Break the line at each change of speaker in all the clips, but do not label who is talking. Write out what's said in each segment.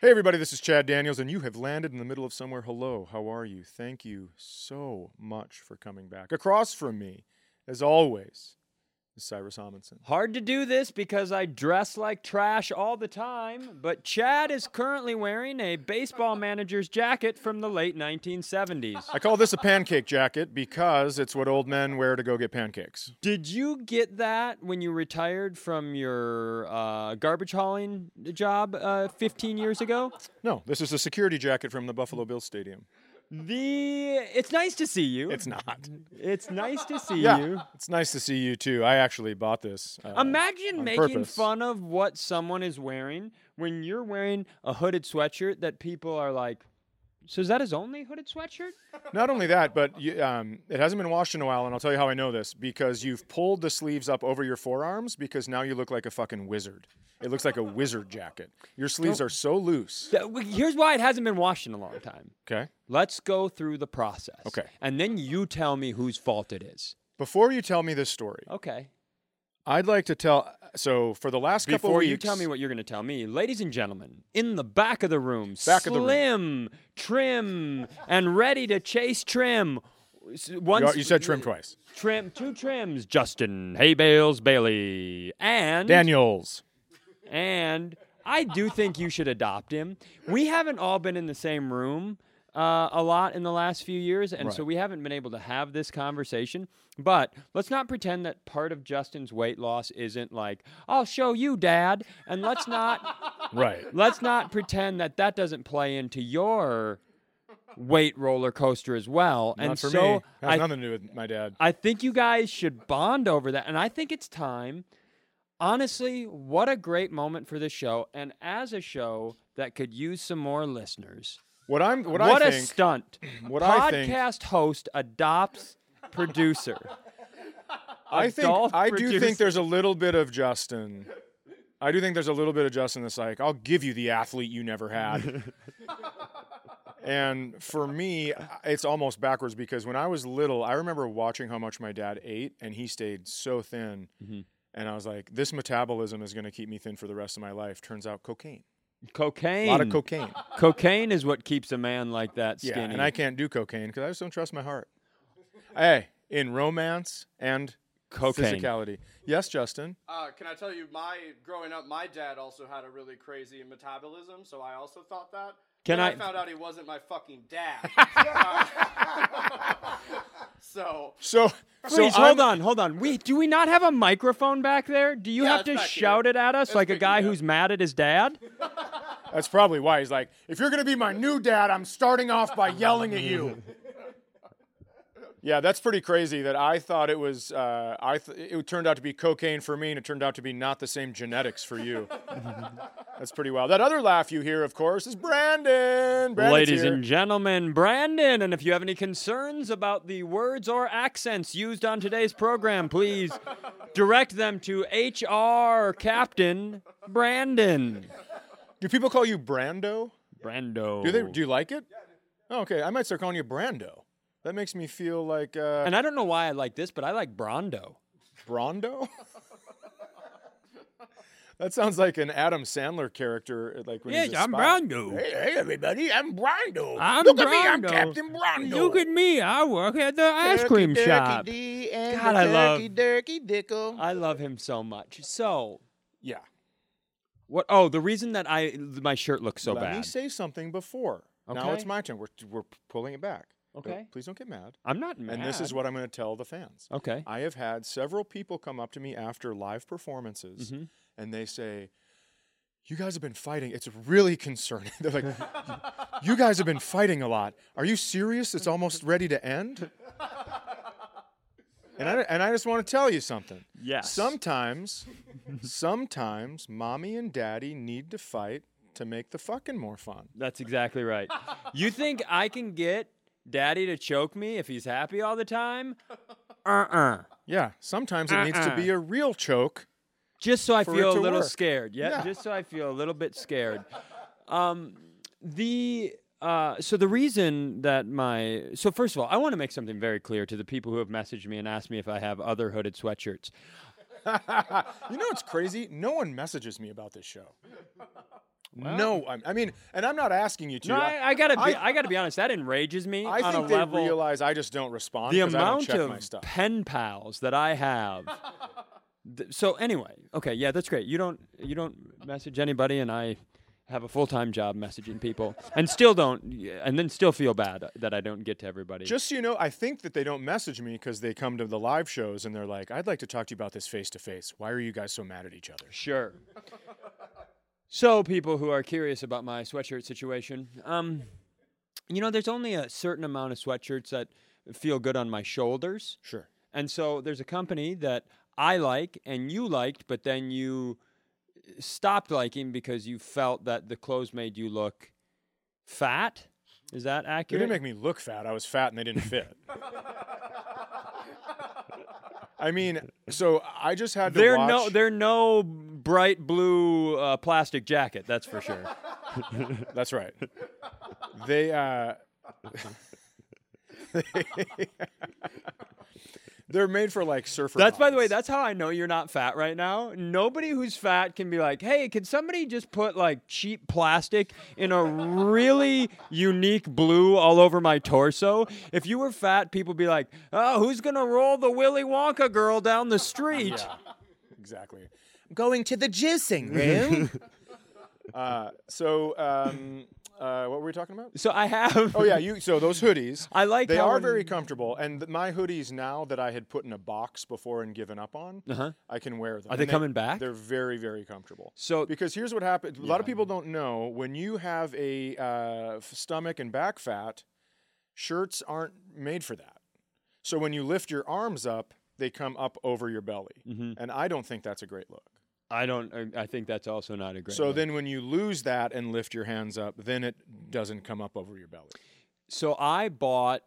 Hey, everybody, this is Chad Daniels, and you have landed in the middle of somewhere. Hello, how are you? Thank you so much for coming back. Across from me, as always, is Cyrus Amundsen.
Hard to do this because I dress like trash all the time, but Chad is currently wearing a baseball manager's jacket from the late 1970s.
I call this a pancake jacket because it's what old men wear to go get pancakes.
Did you get that when you retired from your uh, garbage hauling job uh, 15 years ago?
No, this is a security jacket from the Buffalo Bills Stadium.
The it's nice to see you.
It's not.
It's nice to see
Yeah,
you.
it's nice to see you too. I actually bought this. uh,
Imagine
on
making
purpose.
fun of what someone is wearing when you're wearing a hooded sweatshirt that people are like, so is that his only hooded sweatshirt?
Not only that, but you, um, it hasn't been washed in a while, and I'll tell you how I know this because you've pulled the sleeves up over your forearms because now you look like a fucking wizard. It looks like a wizard jacket. Your sleeves are so loose.
Th- w- Here's why it hasn't been washed in a long time.
Okay.
Let's go through the process.
Okay.
And then you tell me whose fault it is.
Before you tell me this story,
Okay.
I'd like to tell. So for the last couple
Before
weeks,
you tell me what you're going to tell me, ladies and gentlemen, in the back of the room,
Back of the room.
slim, trim, and ready to chase trim. S-
you,
Once
you said trim twice.
Trim, two trims, Justin, Hay Bales, Bailey, and
Daniels.
and I do think you should adopt him. We haven't all been in the same room uh, a lot in the last few years, and so
Right.
we haven't been able to have this conversation. But let's not pretend that part of Justin's weight loss isn't like, "I'll show you, Dad," and let's not
Right.
let's not pretend that that doesn't play into your weight roller coaster as well. and
Not for
so
me. Has
I
nothing to do with my dad.
I think you guys should bond over that. And I think it's time. Honestly, what a great moment for this show. And as a show that could use some more listeners,
What I'm. What,
what
I
a
think.
stunt.
what I think-
Podcast host adopts producer.
I think
adult
I do
producer.
think there's a little bit of Justin. I do think there's a little bit of Justin that's like, I'll give you the athlete you never had. and for me, it's almost backwards because when I was little, I remember watching how much my dad ate and he stayed so thin.
Mm-hmm.
And I was like, this metabolism is going to keep me thin for the rest of my life. Turns out cocaine.
Cocaine.
A lot of cocaine.
cocaine is what keeps a man like that
Yeah.
skinny.
And I can't do cocaine because I just don't trust my heart. Hey, in romance and
Cocaine.
physicality. Yes, Justin.
Uh, can I tell you, my growing up, my dad also had a really crazy metabolism, so I also thought that.
Can
Then
I-
found out he wasn't my fucking dad. Uh, so
So,
Please
so
hold
I'm-
on, hold on. We do we not have a microphone back there? Do you
Yeah,
have
it's
to
back here.
shout it at us like a
picking
guy
it up.
who's mad at his dad?
That's probably why he's like, if you're going to be my new dad, I'm starting off by yelling at you. yeah, that's pretty crazy that I thought it was, uh, I th- it turned out to be cocaine for me and it turned out to be not the same genetics for you. that's pretty wild. That other laugh you hear, of course, is Brandon. Brandon's
Ladies
here.
and gentlemen, Brandon, and if you have any concerns about the words or accents used on today's program, please direct them to HR Captain Brandon.
Do people call you Brando?
Brando.
Do they? Do you like it? Oh, okay, I might start calling you Brando. That makes me feel like uh,
and I don't know why I like this, but I like Brando.
Brondo? that sounds like an Adam Sandler character. Like when he's a spy.
Brando.
Hey, hey, everybody! I'm Brondo.
I'm
Look at me!
Brondo.
I'm Captain Brondo.
me. I work at the ice
Turkey, Turkey D and
God,
the
I love-
turkey, Turkey Dickle.
I love him so much. So,
yeah.
what? Oh, the reason that I my shirt looks so
Let me
bad.
say something before. Now
Okay.
it's my turn. We're we're pulling it back. Don't-
Okay.
please don't get mad.
I'm not mad.
And this is what I'm going to tell the fans.
Okay.
I have had several people come up to me after live
Mm-hmm.
performances and they say, You guys have been fighting. It's really concerning. They're like, You guys have been fighting a lot. Are you serious? It's almost ready to end? And I, and I just want to tell you something.
Yes.
Sometimes, sometimes mommy and daddy need to fight to make the fucking more fun.
That's exactly right. You think I can get daddy to choke me if he's happy all the time? Uh uh
Yeah, sometimes it needs to
Uh-uh.
be a real choke.
Just so I
For it
feel a
to
little
work.
scared. Yeah,
Yeah.
just so I feel a little bit scared. Um, the. Uh, so the reason that my so first of all, I want to make something very clear to the people who have messaged me and asked me if I have other hooded sweatshirts.
You know what's crazy? No one messages me about this show. no, I'm, I mean, and I'm not asking you to.
No, I, I gotta be, I, gotta be honest. That enrages me
I
on
think
a
they
level.
realize I just don't respond
the
because I don't
amount
check my
of
stuff.
pen pals that I have. Th- so anyway, okay, yeah, that's great. You don't you don't message anybody, and I have a full time job messaging people, and still don't, and then still feel bad that I don't get to everybody.
Just so you know, I think that they don't message me because they come to the live shows and they're like, "I'd like to talk to you about this face to face. Why are you guys so mad at each other?"
Sure. so, people who are curious about my sweatshirt situation, um, you know, there's only a certain amount of sweatshirts that feel good on my shoulders.
Sure.
And so there's a company that I like and you liked, but then you uh, stopped liking because you felt that the clothes made you look fat. Is that
They
accurate?
didn't make me look fat. I was fat and they didn't fit. I mean, so I just had to
they're
watch.
no, they're no bright blue uh, plastic jacket. That's for sure.
That's right. They uh They're made for like surfer.
That's by the way.
moms.
That's how I know you're not fat right now. Nobody who's fat can be like, "Hey, can somebody just put like cheap plastic in a really unique blue all over my torso?" If you were fat, people would be like, "Oh, who's gonna roll the Willy Wonka girl down the street?"
exactly. Going to the juicing room. uh, so um, uh, what were we talking about?
So I have.
Oh yeah, you. So those hoodies.
I like
They
how
are
in-
very comfortable, and th- my hoodies now that I had put in a box before and given up on,
Uh-huh.
I can wear them.
Are they
And
coming back?
They're very, very comfortable.
So-
because here's what happens: a lot of people don't know when you have a uh, f- stomach and back fat, shirts aren't made for that. So when you lift your arms up, they come up over your belly,
Mm-hmm.
and I don't think that's a great look.
I don't. I think that's also not a great.
So
look.
then, when you lose that and lift your hands up, then it doesn't come up over your belly.
So I bought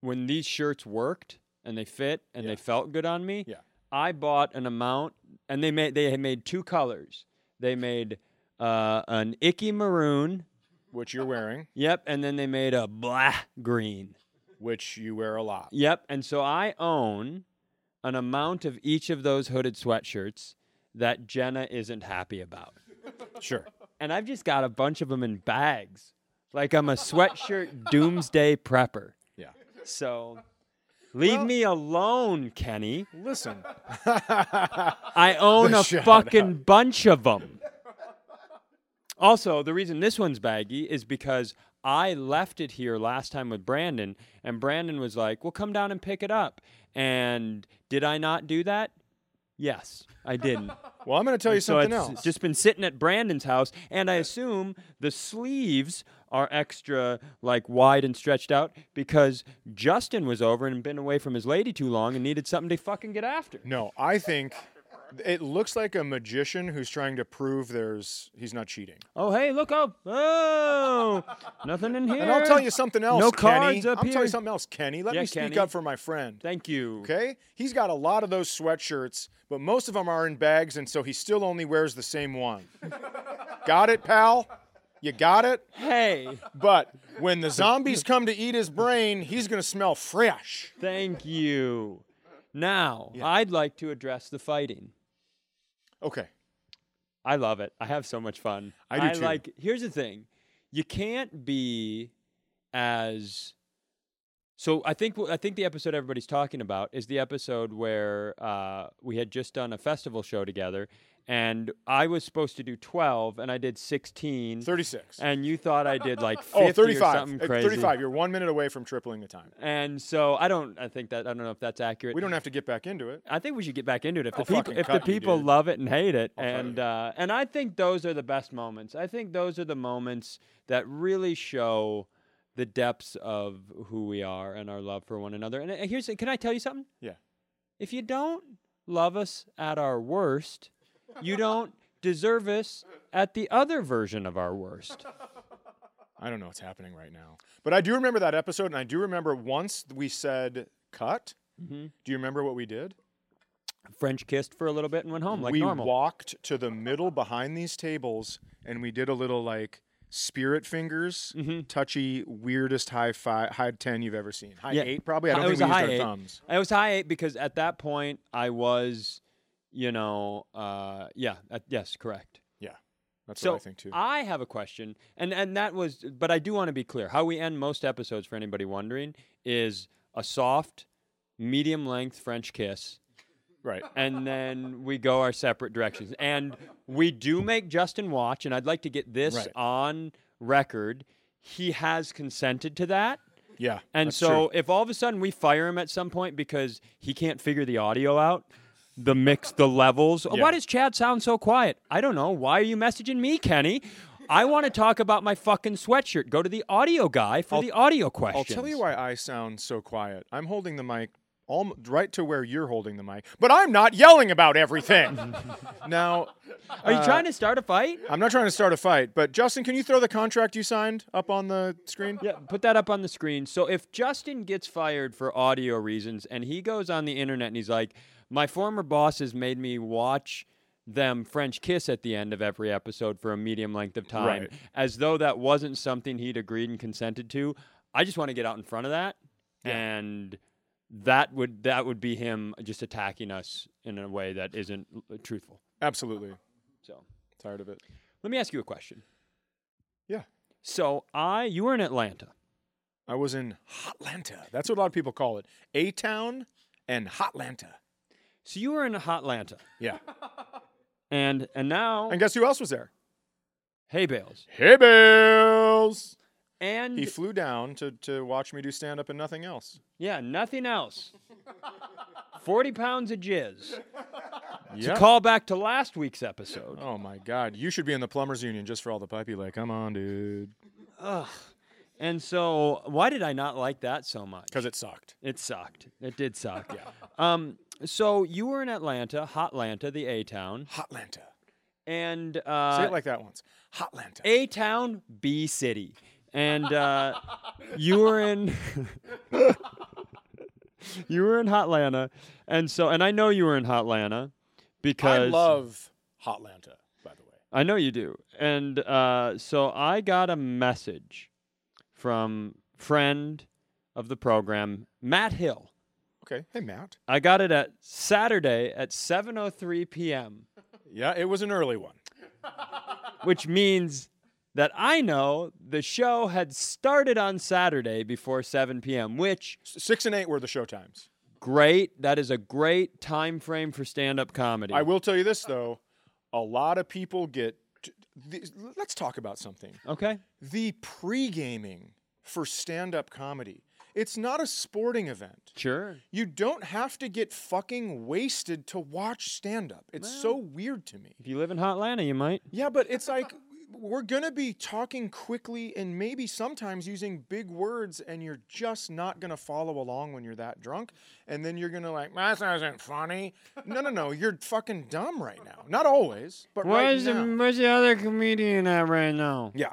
when these shirts worked and they fit and they felt good on me.
Yeah.
I bought an amount, and they made they had made two colors. They made uh, an icky maroon.
Which you're wearing,
Yep, and then they made a blah green.
which you wear a lot.
Yep, and so I own an amount of each of those hooded sweatshirts that Jenna isn't happy about.
Sure.
And I've just got a bunch of them in bags. Like I'm a sweatshirt doomsday prepper.
Yeah.
So leave me alone, Kenny.
Listen,
I own a
Shut
fucking bunch of them. Also, the reason this one's baggy is because I left it here last time with Brandon, and Brandon was like, "Well, come down and pick it up." And did I not do that? Yes, I didn't.
well, I'm going to tell you
so
something
it's
else.
just been sitting at Brandon's house, and I assume the sleeves are extra like wide and stretched out because Justin was over and been away from his lady too long and needed something to fucking get after.
no, I think it looks like a magician who's trying to prove there's he's not cheating.
Oh, hey, look up. Oh, nothing in here.
And I'll tell you something else,
No
Kenny.
cards up
I'll tell
here.
you something else, Kenny. Let
Yeah,
me speak
Kenny.
up for my friend.
Thank you.
Okay, he's got a lot of those sweatshirts, but most of them are in bags, and so he still only wears the same one. got it, pal? You got it?
Hey,
But when the zombies come to eat his brain, he's gonna smell fresh.
thank you. Now, I'd like to address the fighting.
Okay.
I love it. I have so much fun.
I do too.
like. Here's the thing: you can't be as. So I think I think the episode everybody's talking about is the episode where uh, we had just done a festival show together, and I was supposed to do twelve, and I did sixteen.
36.
and you thought I did like 50
Oh,
or
35.
something
Uh,
crazy.
35. You're one minute away from tripling the time.
And so I don't. I think that I don't know if that's accurate.
We don't have to get back into it.
I think we should get back into it if the
Oh, fucking
people if the
cut you,
people
dude.
love it and hate it,
cut
and
you.
uh, and I think those are the best moments. I think those are the moments that really show the depths of who we are and our love for one another. And uh, here's can I tell you something?
Yeah.
If you don't love us at our worst, you don't deserve us at the other version of our worst.
I don't know what's happening right now. But I do remember that episode, and I do remember once we said cut.
Mm-hmm.
Do you remember what we did?
French kissed for a little bit and went home like
we
normal.
walked to the middle behind these tables, and we did a little like spirit fingers,
Mm-hmm.
touchy, weirdest high five, high 10 you've ever seen. High
Yeah.
8, probably. I
Hi-
don't
it
think we
was a
used
high
our
eight.
thumbs.
It was high eight because at that point I was, you know, uh, yeah, uh, yes, correct.
Yeah. That's
so
what I think too.
I have a question, and and that was, but I do want to be clear. How we end most episodes, for anybody wondering, is a soft, medium length French kiss,
right.
and then we go our separate directions. And we do make Justin watch, and I'd like to get this
Right.
on record. He has consented to that.
Yeah.
And
that's
so
true.
if all of a sudden we fire him at some point because he can't figure the audio out, the mix, the levels.
Yeah.
Why does Chad sound so quiet? I don't know. Why are you messaging me, Kenny? I want to talk about my fucking sweatshirt. Go to the audio guy for the audio
I'll
questions.
tell you why I sound so quiet. I'm holding the mic alm- right to where you're holding the mic, but I'm not yelling about everything. now, uh,
Are you trying to start a fight?
I'm not trying to start a fight, but Justin, can you throw the contract you signed up on the screen?
Yeah, put that up on the screen. So if Justin gets fired for audio reasons and he goes on the internet and he's like, my former bosses made me watch them French kiss at the end of every episode for a medium length of time,
Right.
as though that wasn't something he'd agreed and consented to. I just want to get out in front of that, and that would that would be him just attacking us in a way that isn't l- truthful.
Absolutely.
So
Tired of it.
let me ask you a question.
Yeah.
So I you were in Atlanta.
I was in Hotlanta. That's what a lot of people call it. A town and Hotlanta.
So you were in Hotlanta.
Yeah.
And and now
And guess who else was there?
hay bales.
Hey, Bills.
And
He flew down to, to watch me do stand up and nothing else.
yeah, nothing else. 40 pounds of jizz.
Yeah.
Call back to last week's episode.
oh my God. You should be in the plumbers union just for all the pipe you like. Come on, dude.
And so why did I not like that so much?
Because it sucked.
It sucked. It did suck. yeah. Um so you were in Atlanta, Hotlanta, the A town,
Hotlanta.
and
Say
uh
it like that once. Hotlanta.
A town, B city. And uh, you were in You were in Hotlanta. And so and I know you were in Hotlanta
I
because
love Hotlanta, by the way.
I know you do. And uh, so I got a message from friend of the program, Matt Hill.
Okay. Hey, Matt.
I got it at Saturday at 7:03 p.m.
Yeah, it was an early one.
which means that I know the show had started on Saturday before 7 p.m., which
S- Six and eight were the show times.
great. That is a great time frame for stand-up comedy.
I will tell you this though, a lot of people get. t- th- let's talk about something.
Okay.
The pre-gaming for stand-up comedy. It's not a sporting event.
Sure.
You don't have to get fucking wasted to watch stand-up. It's so weird to me.
If you live in Hotlanta, you might.
Yeah, but it's like we're gonna be talking quickly and maybe sometimes using big words, and you're just not gonna follow along when you're that drunk. And then you're gonna like, that isn't funny. No, no, no, you're fucking dumb right now. Not always, but
Where's
right
the
now.
Where's the other comedian at right now?
yeah,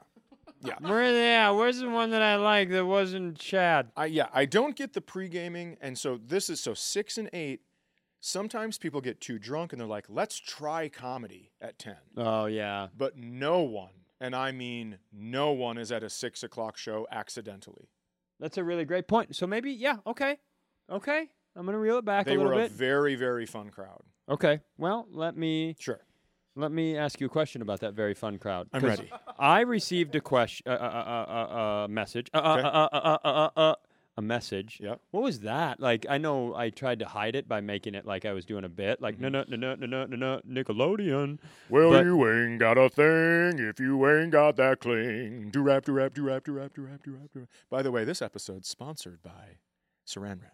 Where are they at? Where's the one that I like that wasn't Chad?
I yeah, I don't get the pre-gaming, and so this is so six and eight. Sometimes people get too drunk and they're like, let's try comedy at ten.
Oh yeah.
but no one, and I mean no one, is at a six o'clock show accidentally.
That's a really great point. So maybe yeah, okay. Okay. I'm going to reel it back
They
a little
were a
bit.
very, very fun crowd.
okay. Well, let me
Sure.
Let me ask you a question about that very fun crowd.
I'm
'cause
ready.
I received a question, a uh, uh, uh, uh, message, uh, uh,
Okay.
uh, uh, uh, uh, uh, uh, a message.
Yep.
What was that? Like, I know I tried to hide it by making it like I was doing a bit, like no, no, no, no, no, no, no, no, Nickelodeon.
Well,
But-
you ain't got a thing if you ain't got that cling. Do rap, do rap, do rap, do rap, do rap, do rap, do rap. By the way, this episode's sponsored by Saran Wrap.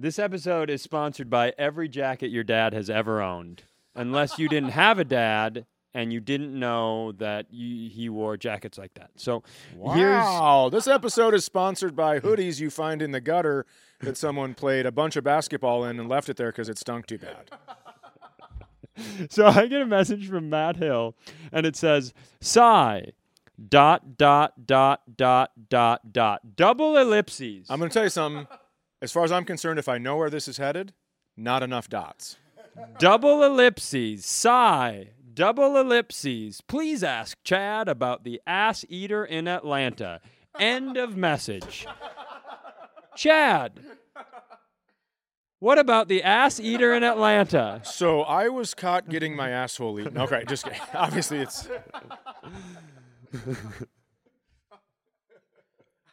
This episode is sponsored by every jacket your dad has ever owned, unless you didn't have a dad and you didn't know that you, he wore jackets like that. So here's
Wow, this episode is sponsored by hoodies you find in the gutter that someone played a bunch of basketball in and left it there because it stunk too bad.
So I get a message from Matt Hill, and it says, "Sigh, dot dot dot dot dot dot double ellipses."
I'm going to tell you something. As far as I'm concerned, if I know where this is headed, not enough dots.
double ellipses. Sigh, double ellipses. Please ask Chad about the ass eater in Atlanta. End of message. Chad, What about the ass eater in Atlanta?
So I was caught getting my asshole eaten. Okay, just kidding. Obviously, it's.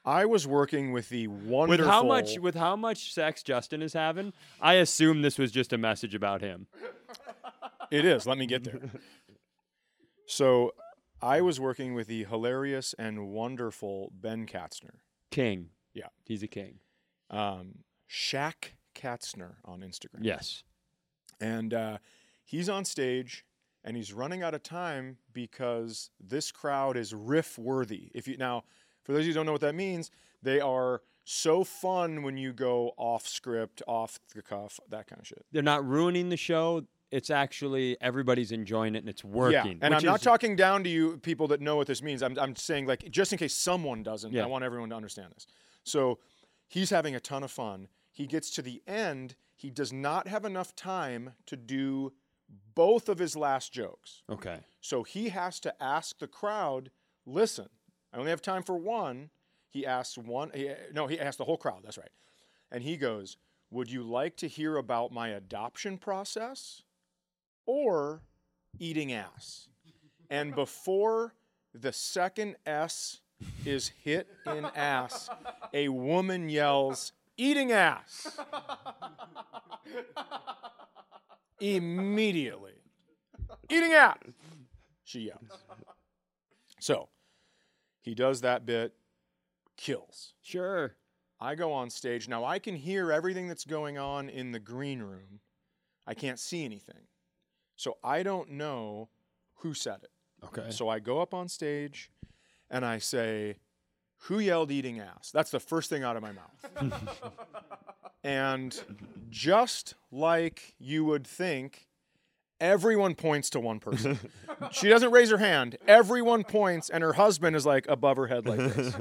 I was working with the wonderful.
With how much with how much sex Justin is having, I assume this was just a message about him.
It is. Let me get there. So I was working with the hilarious and wonderful Ben Katzner,
King.
Yeah.
He's a king.
um, Shaq Katzner on Instagram.
Yes.
And uh, he's on stage and he's running out of time because this crowd is riff worthy. If you now, for those of you who don't know what that means, they are so fun when you go off script, off the cuff, that kind of shit.
They're not ruining the show. It's actually everybody's enjoying it and it's working.
Yeah, and
which
I'm not
is-
talking down to you people that know what this means. I'm, I'm saying like just in case someone doesn't,
Yeah.
I want everyone to understand this. So he's having a ton of fun. He gets to the end. He does not have enough time to do both of his last jokes.
Okay.
So he has to ask the crowd, listen, I only have time for one. He asks one, he- no, he asked the whole crowd, that's right. And he goes, Would you like to hear about my adoption process or eating ass? And before the second S is hit in ass, a woman yells, Eating ass. Immediately. Eating ass she yells. So he does that bit, kills.
Sure.
I go on stage. Now I can hear everything that's going on in the green room. I can't see anything. So I don't know who said it.
Okay.
So I go up on stage and I say, Who yelled eating ass? That's the first thing out of my mouth. and just like you would think, everyone points to one person. she doesn't raise her hand, everyone points, and her husband is like above her head like this.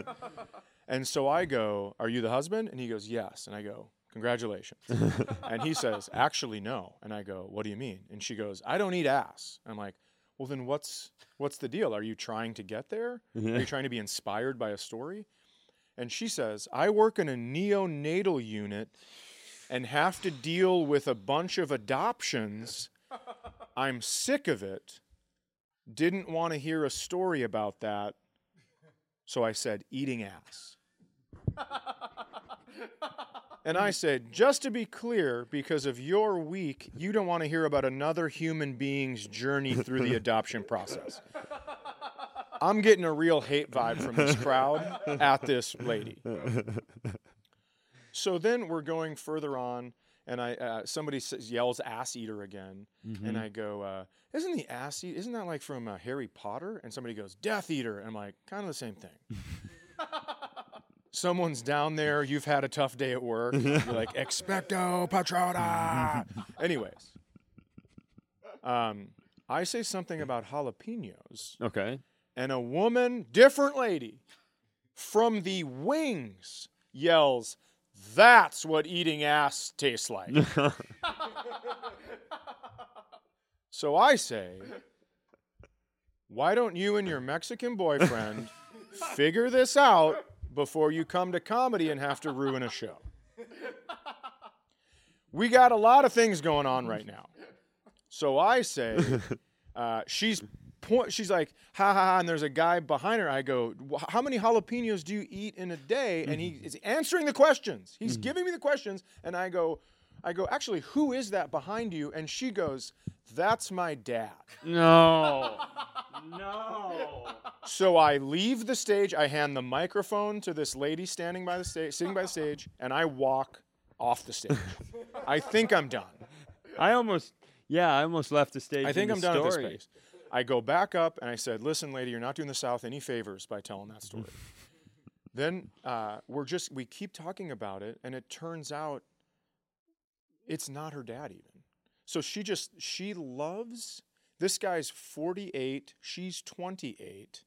and so I go, Are you the husband? And he goes, Yes. And I go, Congratulations. and he says, Actually, no. And I go, What do you mean? And she goes, I don't eat ass. And I'm like, well then what's what's the deal are you trying to get there are you trying to be inspired by a story and she says i work in a neonatal unit and have to deal with a bunch of adoptions i'm sick of it didn't want to hear a story about that so i said eating ass and I said, just to be clear, because of your week, you don't want to hear about another human being's journey through the adoption process. I'm getting a real hate vibe from this crowd at this lady. So then we're going further on, and I uh, somebody says, yells "ass eater" again,
Mm-hmm.
and I go, uh, "Isn't the ass eater? Isn't that like from uh, Harry Potter?" And somebody goes, "Death eater," and I'm like, "Kind of the same thing." someone's down there, you've had a tough day at work, you're like, expecto patrona. Anyways, um, I say something about jalapenos,
Okay.
and a woman, different lady, from the wings yells, That's what eating ass tastes like. so I say, Why don't you and your Mexican boyfriend figure this out before you come to comedy and have to ruin a show? We got a lot of things going on right now. So I say, uh, she's point. She's like, ha ha ha, and there's a guy behind her. I go, "Wh- how many jalapenos do you eat in a day? And he is answering the questions. He's giving me the questions, and I go, I go, actually, who is that behind you? And she goes, that's my dad.
No. no.
so I leave the stage. I hand the microphone to this lady standing by the stage, sitting by the stage, and I walk off the stage. I think I'm done.
I almost yeah, I almost left the stage.
I
in
think
the
I'm done at this
story.
space. I go back up and I said, "Listen, lady, you're not doing the South any favors by telling that story." then uh, we're just we keep talking about it, and it turns out it's not her dad even. So she just she loves this guy's 48, she's 28.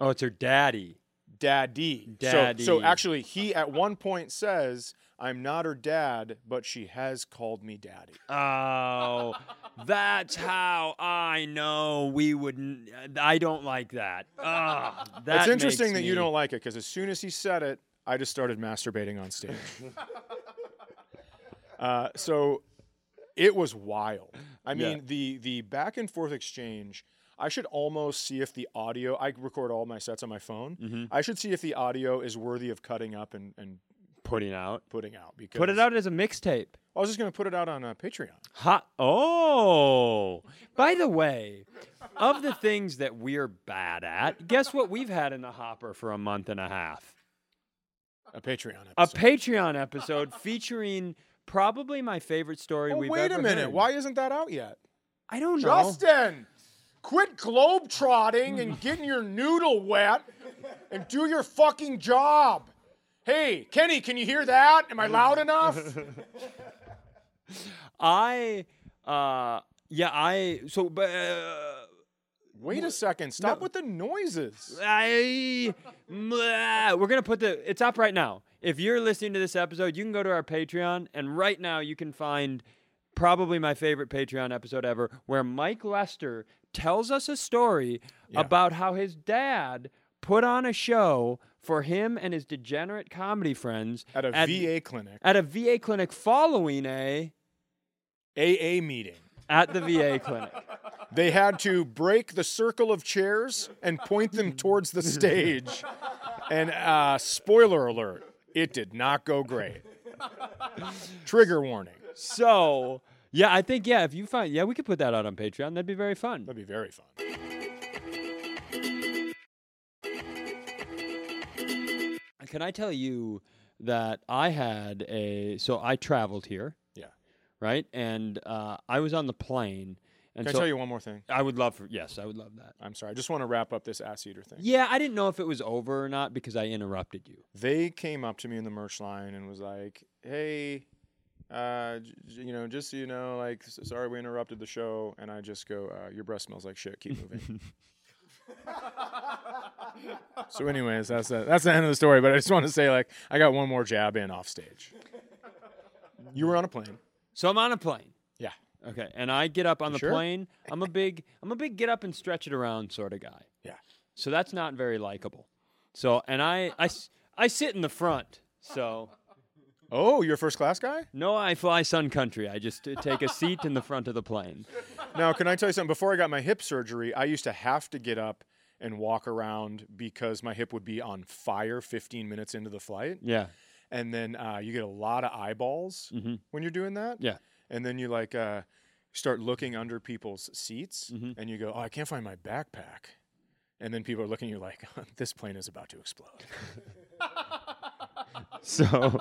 Oh, it's her daddy.
Daddy. So-
Daddy.
So, actually, he at one point says, "I'm not her dad, but she has called me daddy."
Oh, that's how I know we wouldn't. I don't like that. Ah, that
it's interesting
makes
that you
me-
don't like it because as soon as he said it, I just started masturbating on stage. Uh, so it was wild. I
Yeah.
mean, the the back and forth exchange. I should almost see if the audio. I record all my sets on my phone.
Mm-hmm.
I should see if the audio is worthy of cutting up and, and
Putting out.
putting out. Because
Put it out as a mixtape.
I was just gonna put it out on uh, Patreon.
Ha! Oh, by the way, of the things that we're bad at, guess what we've had in the hopper for a month and a half?
A Patreon.
A
Episode.
Patreon episode featuring probably my favorite story
Oh,
we've
wait a
ever
minute.
heard.
Why isn't that out yet?
I don't know.
Justin,
Uh-huh.
quit globetrotting and getting your noodle wet and do your fucking job. Hey, Kenny, can you hear that? Am I loud enough?
I, uh, yeah, I. So, but uh,
Wait a second. Stop with the noises.
I. Mwah. we're gonna put the. It's up right now. If you're listening to this episode, you can go to our Patreon, and right now you can find probably my favorite Patreon episode ever, where Mike Lester tells us a story about how his dad put on a show for him and his degenerate comedy friends
At a
at,
VA clinic,
at a VA clinic following a
AA meeting,
at the VA clinic.
they had to break the circle of chairs and point them towards the stage. And uh, spoiler alert, it did not go great. Trigger warning.
So yeah, I think yeah. If you find yeah, we could put that out on Patreon. That'd be very fun.
That'd be very fun.
Can I tell you that I had a so I traveled here
Yeah.
right, and uh, I was on the plane. And
Can I
so
tell you one more thing?
I would love for yes, I would love that.
I'm sorry. I just want to wrap up this ass eater thing.
Yeah, I didn't know if it was over or not because I interrupted you.
They came up to me in the merch line and was like, "Hey, uh, j- j- you know, just so you know, like, s- sorry we interrupted the show." And I just go, uh, "Your breath smells like shit. Keep moving." so, anyways, that's the, that's the end of the story. But I just want to say, like, I got one more jab in off stage. You were on a plane.
So I'm on a plane.
Yeah.
Okay, and I get up on the
sure?
plane. I'm a big I'm a big get up and stretch it around sort of guy.
Yeah.
So that's not very likable. So and I I s- I sit in the front. So
Oh, you're a first class guy.
No, I fly Sun Country. I just uh, take a seat in the front of the plane.
Now, can I tell you something? Before I got my hip surgery, I used to have to get up and walk around because my hip would be on fire 15 minutes into the flight.
Yeah.
And then uh, you get a lot of eyeballs when you're doing that.
Mm-hmm. Yeah.
And then you like uh, start looking under people's seats
Mm-hmm.
and you go, oh, I can't find my backpack. And then people are looking at you like, this plane is about to explode.
So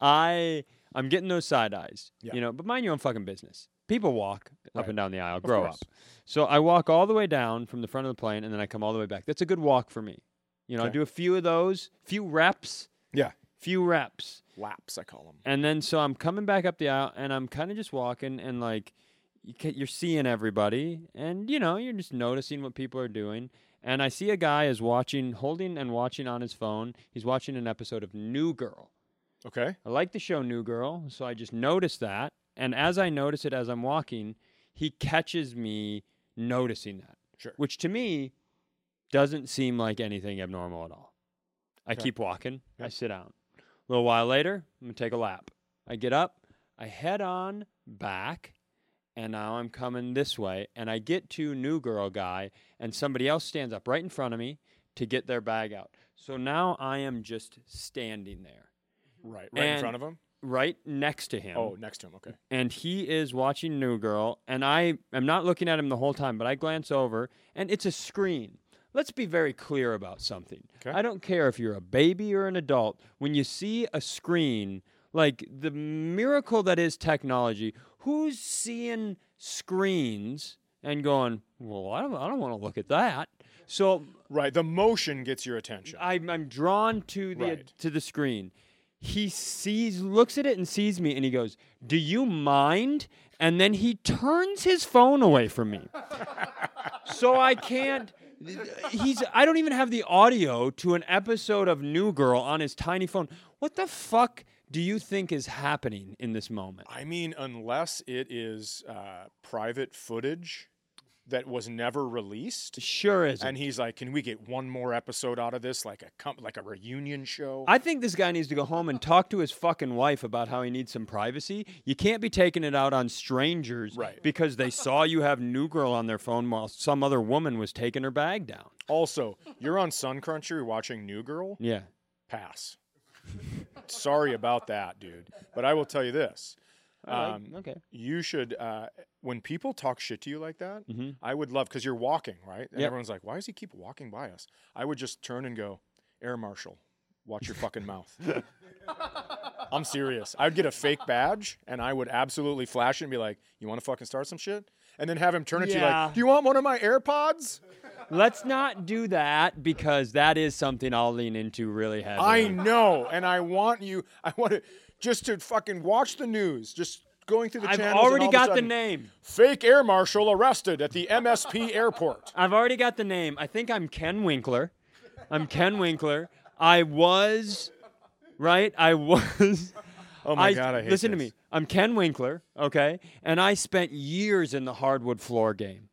I I'm getting those side eyes.
Yeah.
You know, but mind your own fucking business. People walk up
Right.
and down the aisle, grow up.
course.
So I walk all the way down from the front of the plane and then I come all the way back. That's a good walk for me. You know, I
Okay.
do a few of those, few reps,
Yeah.
few reps.
Laps, I call them.
And then so I'm coming back up the aisle and I'm kind of just walking and like you ca- you're seeing everybody and you know you're just noticing what people are doing. And I see a guy is watching, holding and watching on his phone. He's watching an episode of New Girl.
Okay.
I like the show New Girl, so I just noticed that. And as I notice it as I'm walking, he catches me noticing that.
Sure.
Which to me doesn't seem like anything abnormal at all. I keep walking. I
Yeah.
sit down. A little while later, I'm going to take a lap. I get up. I head on back. And now I'm coming this way. And I get to New Girl Guy. And somebody else stands up right in front of me to get their bag out. So now I am just standing there
Right. Right
And-
in front of them.
right next to him.
Oh, next to him. Okay.
And he is watching New Girl. And I am not looking at him the whole time, but I glance over and it's a screen. Let's be very clear about something.
Okay.
I don't care if you're a baby or an adult. When you see a screen, like the miracle that is technology, who's seeing screens and going, well, I don't, I don't want to look at that. So
Right. The motion gets your attention.
I'm, I'm drawn to the
Right.
to the screen. He sees, looks at it, and sees me, and he goes, "Do you mind?" And then he turns his phone away from me, so I can't. He's. I don't even have the audio to an episode of New Girl on his tiny phone. What the fuck do you think is happening in this moment?
I mean, unless it is uh, private footage that was never released.
Sure is.
And he's like, "Can we get one more episode out of this, like a com- like a reunion show?"
I think this guy needs to go home and talk to his fucking wife about how he needs some privacy. You can't be taking it out on strangers
Right.
because they saw you have New Girl on their phone while some other woman was taking her bag down.
also, you're on Sun Cruncher you're watching New Girl.
Yeah.
Pass. Sorry about that, dude. But I will tell you this. Um,
okay.
you should uh, when people talk shit to you like that i would love because you're walking right and
Yep.
everyone's like why does he keep walking by us i would just turn and go air marshal watch your fucking mouth i'm serious i'd get a fake badge and i would absolutely flash it and be like you want to fucking start some shit and then have him turn it to you
Yeah.
like do you want one of my airpods
Let's not do that because that is something I'll lean into really heavily.
i know and i want you i want to just to fucking watch the news just going through the
I've
channels and
already
all of a
got the
sudden,
name.
fake air marshal arrested at the msp airport
I've already got the name. I think I'm Ken Winkler. I'm Ken Winkler. I was, right? I was.
Oh my god, I hate
listen
this.
to me. I'm Ken Winkler, okay? And I spent years in the hardwood floor game.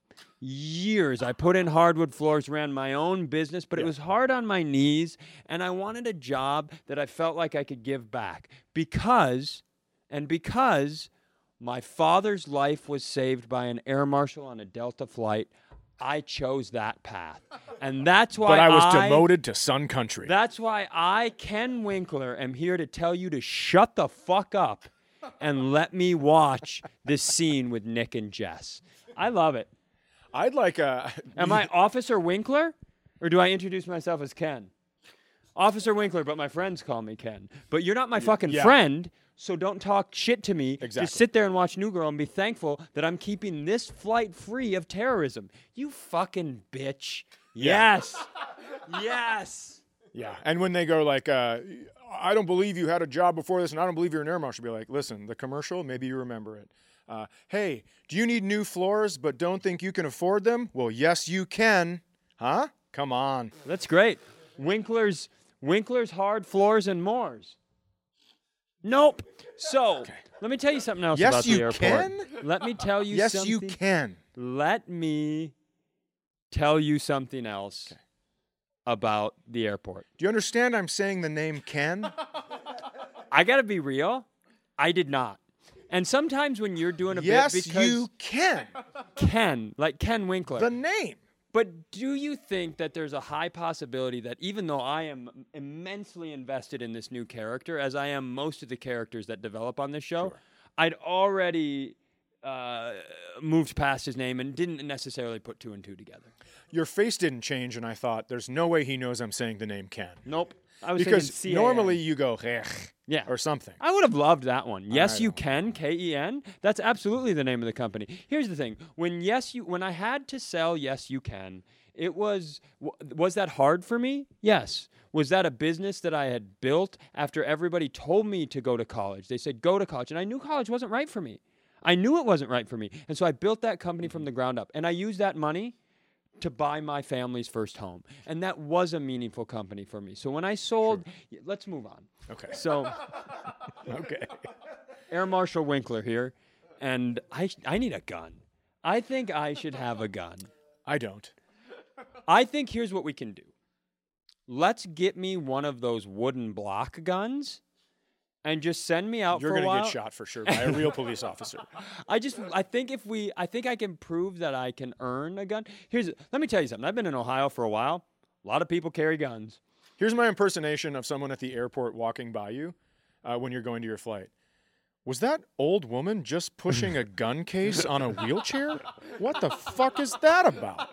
Years. I put in hardwood floors, ran my own business, but it was hard on my knees, and I wanted a job that I felt like I could give back because, and because my father's life was saved by an air marshal on a Delta flight. I chose that path. And that's why
But I was
I,
demoted to Sun Country.
that's why I, Ken Winkler, am here to tell you to shut the fuck up and let me watch this scene with Nick and Jess. I love it.
I'd like uh, a.
Am I Officer Winkler or do I introduce myself as Ken? Officer Winkler, but my friends call me Ken. But you're not my fucking
yeah.
friend, so don't talk shit to me.
Exactly.
Just sit there and watch New Girl and be thankful that I'm keeping this flight free of terrorism. You fucking bitch.
Yeah.
Yes. yes.
Yeah. And when they go like, uh, I don't believe you had a job before this, and I don't believe you're an air marshal. Be like, listen, the commercial. Maybe you remember it. Uh, hey, do you need new floors, but don't think you can afford them? Well, yes, you can. Huh? Come on.
That's great. Winkler's Winkler's hard floors and mores. Nope. So let me tell you something else
Yes,
about
you
the airport.
can?
Let me tell you
yes,
something.
you can.
Let me tell you something else about the airport.
Do you understand? I'm saying the name Ken.
I gotta be real. I did not. And sometimes when you're doing a
yes,
bit because
you can.
Ken, like Ken Winkler,
The name.
But do you think that there's a high possibility that even though I am immensely invested in this new character, as I am most of the characters that develop on this show, I'd already uh, moved past his name and didn't necessarily put two and two together?
Your face didn't change, and I thought, there's no way he knows I'm saying the name Ken.
Nope. I was
Because
thinking
normally
C-A-N.
you go, "Hech,"
yeah.
or something.
I would have loved that one. Yes,
I
you
don't.
can. K E N. That's absolutely the name of the company. Here's the thing: when yes, you when I had to sell yes, you can. It was w- was that hard for me? Yes. Was that a business that I had built after everybody told me to go to college? They said go to college, and I knew college wasn't right for me. I knew it wasn't right for me, and so I built that company from the ground up, and I used that money to buy my family's first home, and that was a meaningful company for me. So when I sold, y- let's move on.
Okay.
So.
Okay.
Air Marshal Winkler here, and I I need a gun. I think I should have a gun.
I don't.
I think here's what we can do. Let's get me one of those wooden block guns, and just send me out
You're
for a
gonna
while.
get shot for sure by a real police officer.
I just I think if we I think I can prove that I can earn a gun. Here's let me tell you something. I've been in Ohio for a while. A lot of people carry guns.
Here's my impersonation of someone at the airport walking by you uh, when you're going to your flight. Was that old woman just pushing a gun case on a wheelchair? What the fuck is that about?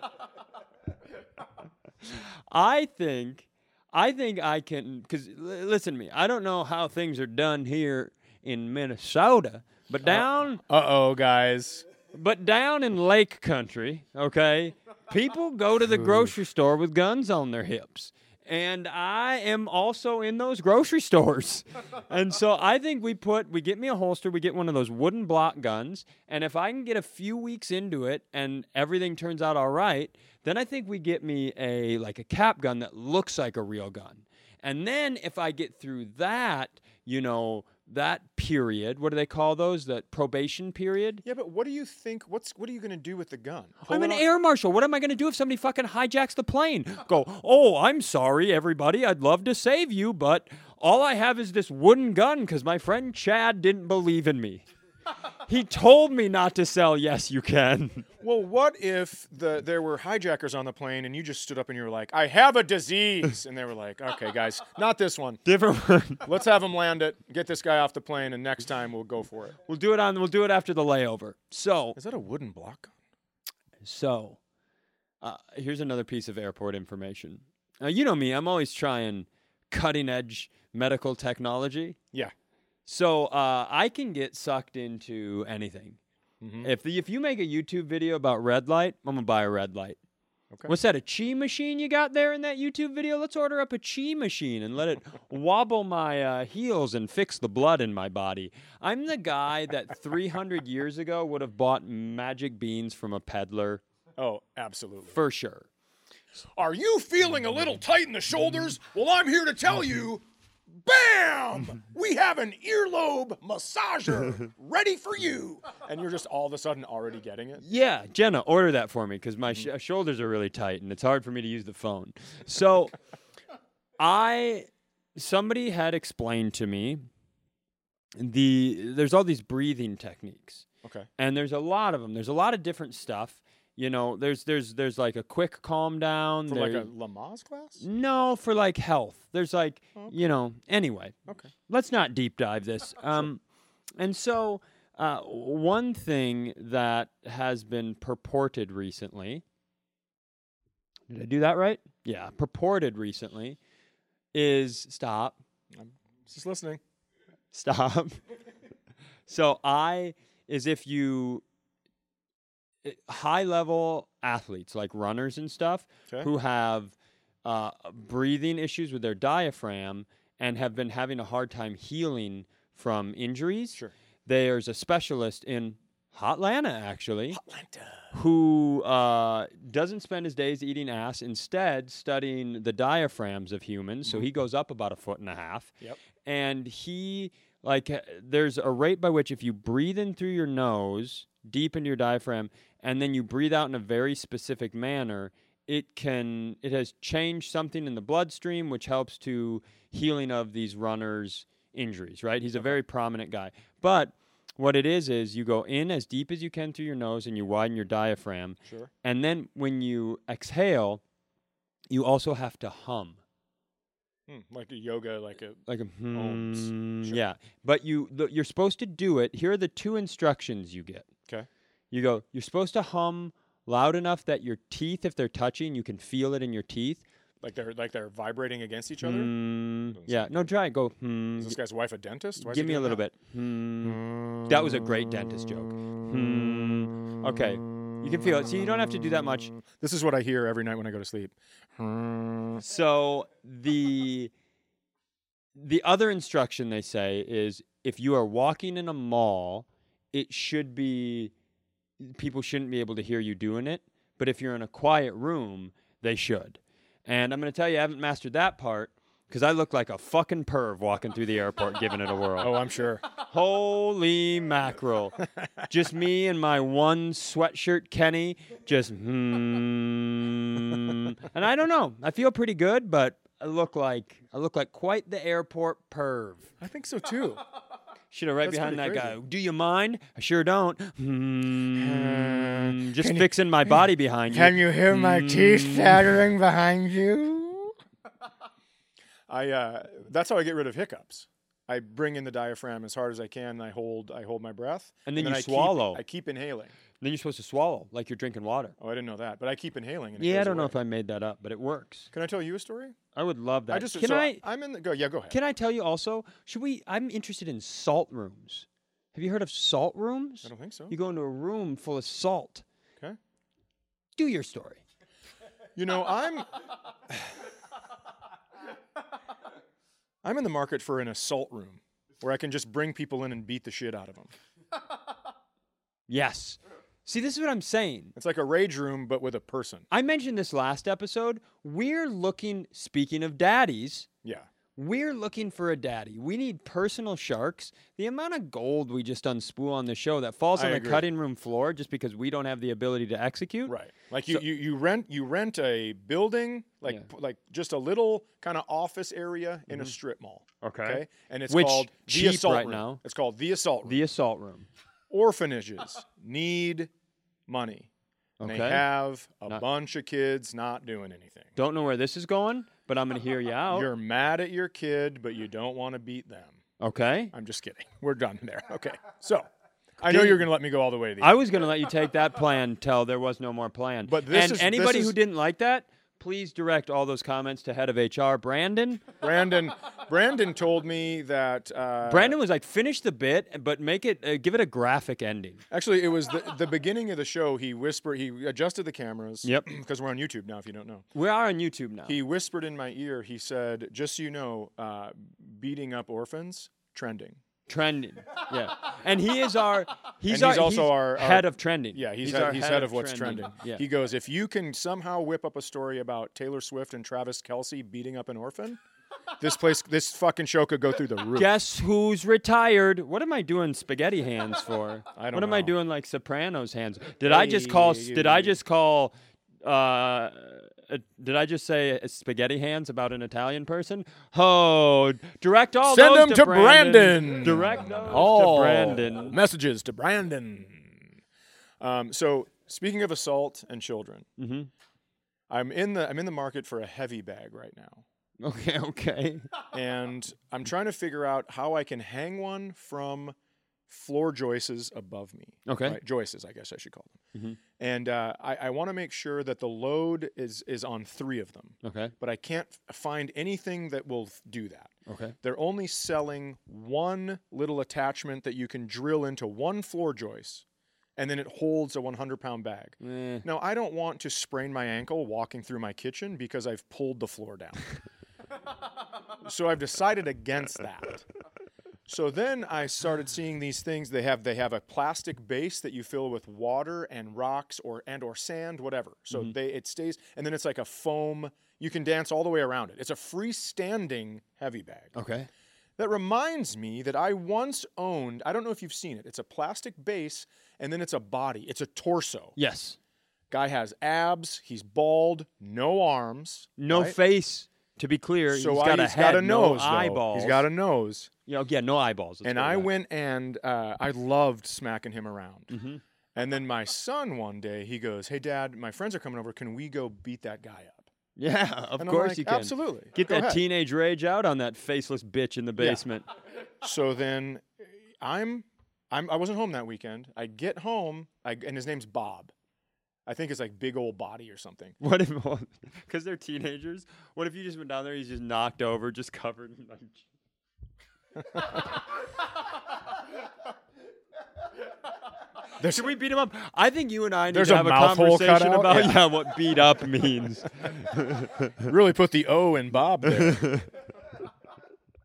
I think, I think I can. Because listen to me, I don't know how things are done here in Minnesota, but down,
Uh oh, guys.
but down in Lake Country, okay, people go to the grocery store with guns on their hips. And I am also in those grocery stores. And so I think we put, we get me a holster, we get one of those wooden block guns. And if I can get a few weeks into it and everything turns out all right, then I think we get me a, like a cap gun that looks like a real gun. And then if I get through that, you know, that period, what do they call those? That probation period?
Yeah, but what do you think? What's what are you going to do with the gun?
I'm
Pull
an
it on-
air marshal. What am I going to do if somebody fucking hijacks the plane? Go, oh, I'm sorry, everybody. I'd love to save you, but all I have is this wooden gun because my friend Chad didn't believe in me. he told me not to sell. Yes, you can.
Well, what if the there were hijackers on the plane and you just stood up and you were like, "I have a disease," and they were like, "Okay, guys, not this one.
Different one.
Let's have him land it. Get this guy off the plane, and next time we'll go for it."
We'll do it on. We'll do it after the layover. So,
Is that a wooden block? gun?
so uh, here's another piece of airport information. Now, you know me. I'm always trying cutting edge medical technology.
Yeah.
So uh, I can get sucked into anything.
Mm-hmm.
If the, if you make a YouTube video about red light, I'm gonna buy a red light.
Okay.
What's that? A chi machine you got there in that YouTube video? Let's order up a chi machine and let it wobble my uh, heels and fix the blood in my body. I'm the guy that 300 years ago would have bought magic beans from a peddler
Oh, absolutely.
for sure.
Are you feeling a little tight in the shoulders? Well, I'm here to tell you, bam! We have an earlobe massager ready for you. And you're just all of a sudden already getting it.
Yeah, Jenna, order that for me because my sh-
Mm-hmm.
shoulders are really tight and it's hard for me to use the phone. So, I somebody had explained to me the there's all these breathing techniques
Okay.
and there's a lot of them. There's a lot of different stuff. You know, there's there's there's like a quick calm down.
From like
there-
a Lamaze class?
no for like health. There's like
Oh,
you know. Anyway,
Okay.
let's not deep dive this. Um, and so uh, one thing that has been purported recently. Did I do that right? Yeah, purported recently is stop
Just listening.
stop. so I is if you it- high level athletes like runners and stuff
Okay.
who have uh, breathing issues with their diaphragm and have been having a hard time healing from injuries.
Sure.
There's a specialist in Hotlanta actually who uh, doesn't spend his days eating ass, instead studying the diaphragms of humans. So he goes up about a foot and a half.
Yep.
And he, like, uh, there's a rate by which if you breathe in through your nose, deep into your diaphragm, and then you breathe out in a very specific manner, it can, it has changed something in the bloodstream, which helps to healing of these runners' injuries, right? He's a very prominent guy. But what it is is you go in as deep as you can through your nose and you widen your diaphragm.
Sure.
And then when you exhale, you also have to hum.
Hmm, like a yoga, like a.
Like a
Oh, s-
hmm,
sure.
yeah. But you the, you're supposed to do it. Here are the two instructions you get.
'Kay.
You go, you're supposed to hum loud enough that your teeth if they're touching, you can feel it in your teeth.
Like they're like they're vibrating against each other.
Hmm,
Doesn't
yeah. No, try it. Go. Hmm.
Is this guy's wife a dentist? Why is he
Give me a
doing
little
that?
bit. Hmm. That was a great dentist joke. Hmm. Okay. You can feel it. See, you don't have to do that much.
This is what I hear every night when I go to sleep. Oh,
So the the other instruction they say is if you are walking in a mall, it should be people shouldn't be able to hear you doing it, but if you're in a quiet room, they should. And I'm going to tell you I haven't mastered that part cuz I look like a fucking perv walking through the airport giving it a whirl.
Oh, I'm sure.
Holy mackerel. just me and my one sweatshirt Kenny, just hmm. And I don't know. I feel pretty good, but I look like I look like quite the airport perv.
I think so too.
Should have right
That's
behind that
pretty
guy.
crazy.
Do you mind? I sure don't. Hmm. Just
Can you-
fixing my body behind you.
you hear my
Mm.
teeth chattering behind you? I uh, that's how I get rid of hiccups. I bring in the diaphragm as hard as I can. And I hold I hold my breath,
And then you
I keep-
swallow.
I keep inhaling.
Then you're supposed to swallow like you're drinking water.
Oh, I didn't know that, but I keep inhaling. And it
Yeah, I
goes
don't know
away.
if I made that up, but it works.
Can I tell you a story?
I would love that.
I just
Can
so
I
I'm in the go. Yeah, go ahead.
Can I tell you also? Should we? I'm interested in salt rooms. Have you heard of salt rooms?
I don't think so.
You go into a room full of salt.
Okay.
Do your story.
You know, I'm I'm in the market for an assault room where I can just bring people in and beat the shit out of them.
Yes. See, this is what I'm saying.
It's like a rage room but with a person.
I mentioned this last episode. We're looking, speaking of daddies,
Yeah.
We're looking for a daddy. We need personal sharks. The amount of gold we just unspool on the show that falls
I
on the
agree.
cutting room floor just because we don't have the ability to execute.
Right. Like you, you, you rent you rent a building like
Yeah. Mm-hmm.
p- like just a little kind of office area in a strip mall.
Okay.
And it's
Which
called the
cheap
assault
right
room.
now.
It's called the assault room.
The assault room.
Orphanages need money. And They
Okay.
have a
Not-
bunch of kids not doing anything.
Don't know where this is going, but I'm going to hear you out.
You're mad at your kid, but you don't want to beat them.
okay.
I'm just kidding. We're done there. Okay. So I know you're going to let me go all the way to the
I was going to let you take that plan till there was no more plan.
But this
and
is- this
anybody who
is-
didn't like that, please direct all those comments to head of HR, Brandon.
Brandon. Brandon told me that uh,
Brandon was like, finish the bit, but make it, uh, give it a graphic ending.
Actually, it was the, the beginning of the show. He whispered. He adjusted the cameras.
Yep.
Because we're on YouTube now. If you don't know,
We are on YouTube now.
he whispered in my ear. He said, "Just so you know, uh, beating up orphans trending."
trending. Yeah. And he is our, he's,
And he's
our,
also our- our-
head of trending.
Yeah, he's
our
head, he's head of, what's trending.
Yeah.
He goes, "If you can somehow whip up a story about Taylor Swift and Travis Kelsey beating up an orphan, this place, this fucking show could go through the roof."
Guess who's retired? What am I doing spaghetti hands for?
I don't
what am I
know.
doing like Sopranos hands? Did I just call? Did I
Hey.
just call? Uh, uh, did I just say spaghetti hands about an Italian person? Oh, direct all
Send
those
them to Brandon. Oh.
Direct those
all
to Brandon.
messages to Brandon. Um, so speaking of assault and children,
Mhm.
I'm in the I'm in the market for a heavy bag right now,
Okay, okay.
and I'm trying to figure out how I can hang one from floor joists above me.
Okay.
right? joists, I guess I should call them. And uh, I, I want to make sure that the load is is on three of them,
Okay,
but I can't f- find anything that will f- do that.
okay.
They're only selling one little attachment that you can drill into one floor joist, and then it holds a 100 pound bag.
Eh,
Now, I don't want to sprain my ankle walking through my kitchen because I've pulled the floor down. so I've decided against that. So then I started seeing these things. They have they have a plastic base that you fill with water and rocks or and or sand, whatever. So they it stays, and then it's like a foam. You can dance all the way around it. It's a freestanding heavy bag.
okay.
That reminds me that I once owned, I don't know if you've seen it, it's a plastic base and then it's a body, it's a torso.
Yes.
Guy has abs, he's bald, no arms.
No
right?
face. To be clear,
So
he's
I-
got a
he's
head,
got a
no
nose. though.
eyeballs.
He's got a nose.
yeah, oh, yeah, no eyeballs. Let's
and
go with
I
that.
went and uh, I loved smacking him around.
Mm-hmm.
And then my son one day, he goes, Hey, dad, my friends are coming over. Can we go beat that guy up?
Yeah, of
And I'm
course
like,
you can.
"Absolutely.
Get
Go
that
ahead."
teenage rage out on that faceless bitch in the basement.
so then eh, I'm, I'm I wasn't home that weekend. I get home, I, and his name's Bob. I think it's like big old body or something.
What if, because they're teenagers, what if you just went down there, he's just knocked over, just covered in like.
There's,
Should we beat him up? I think you and I need
There's
to
a
have a,
mouth hole cut
conversation
out?
about
Yeah.
yeah, what beat up means.
really put the O in Bob there.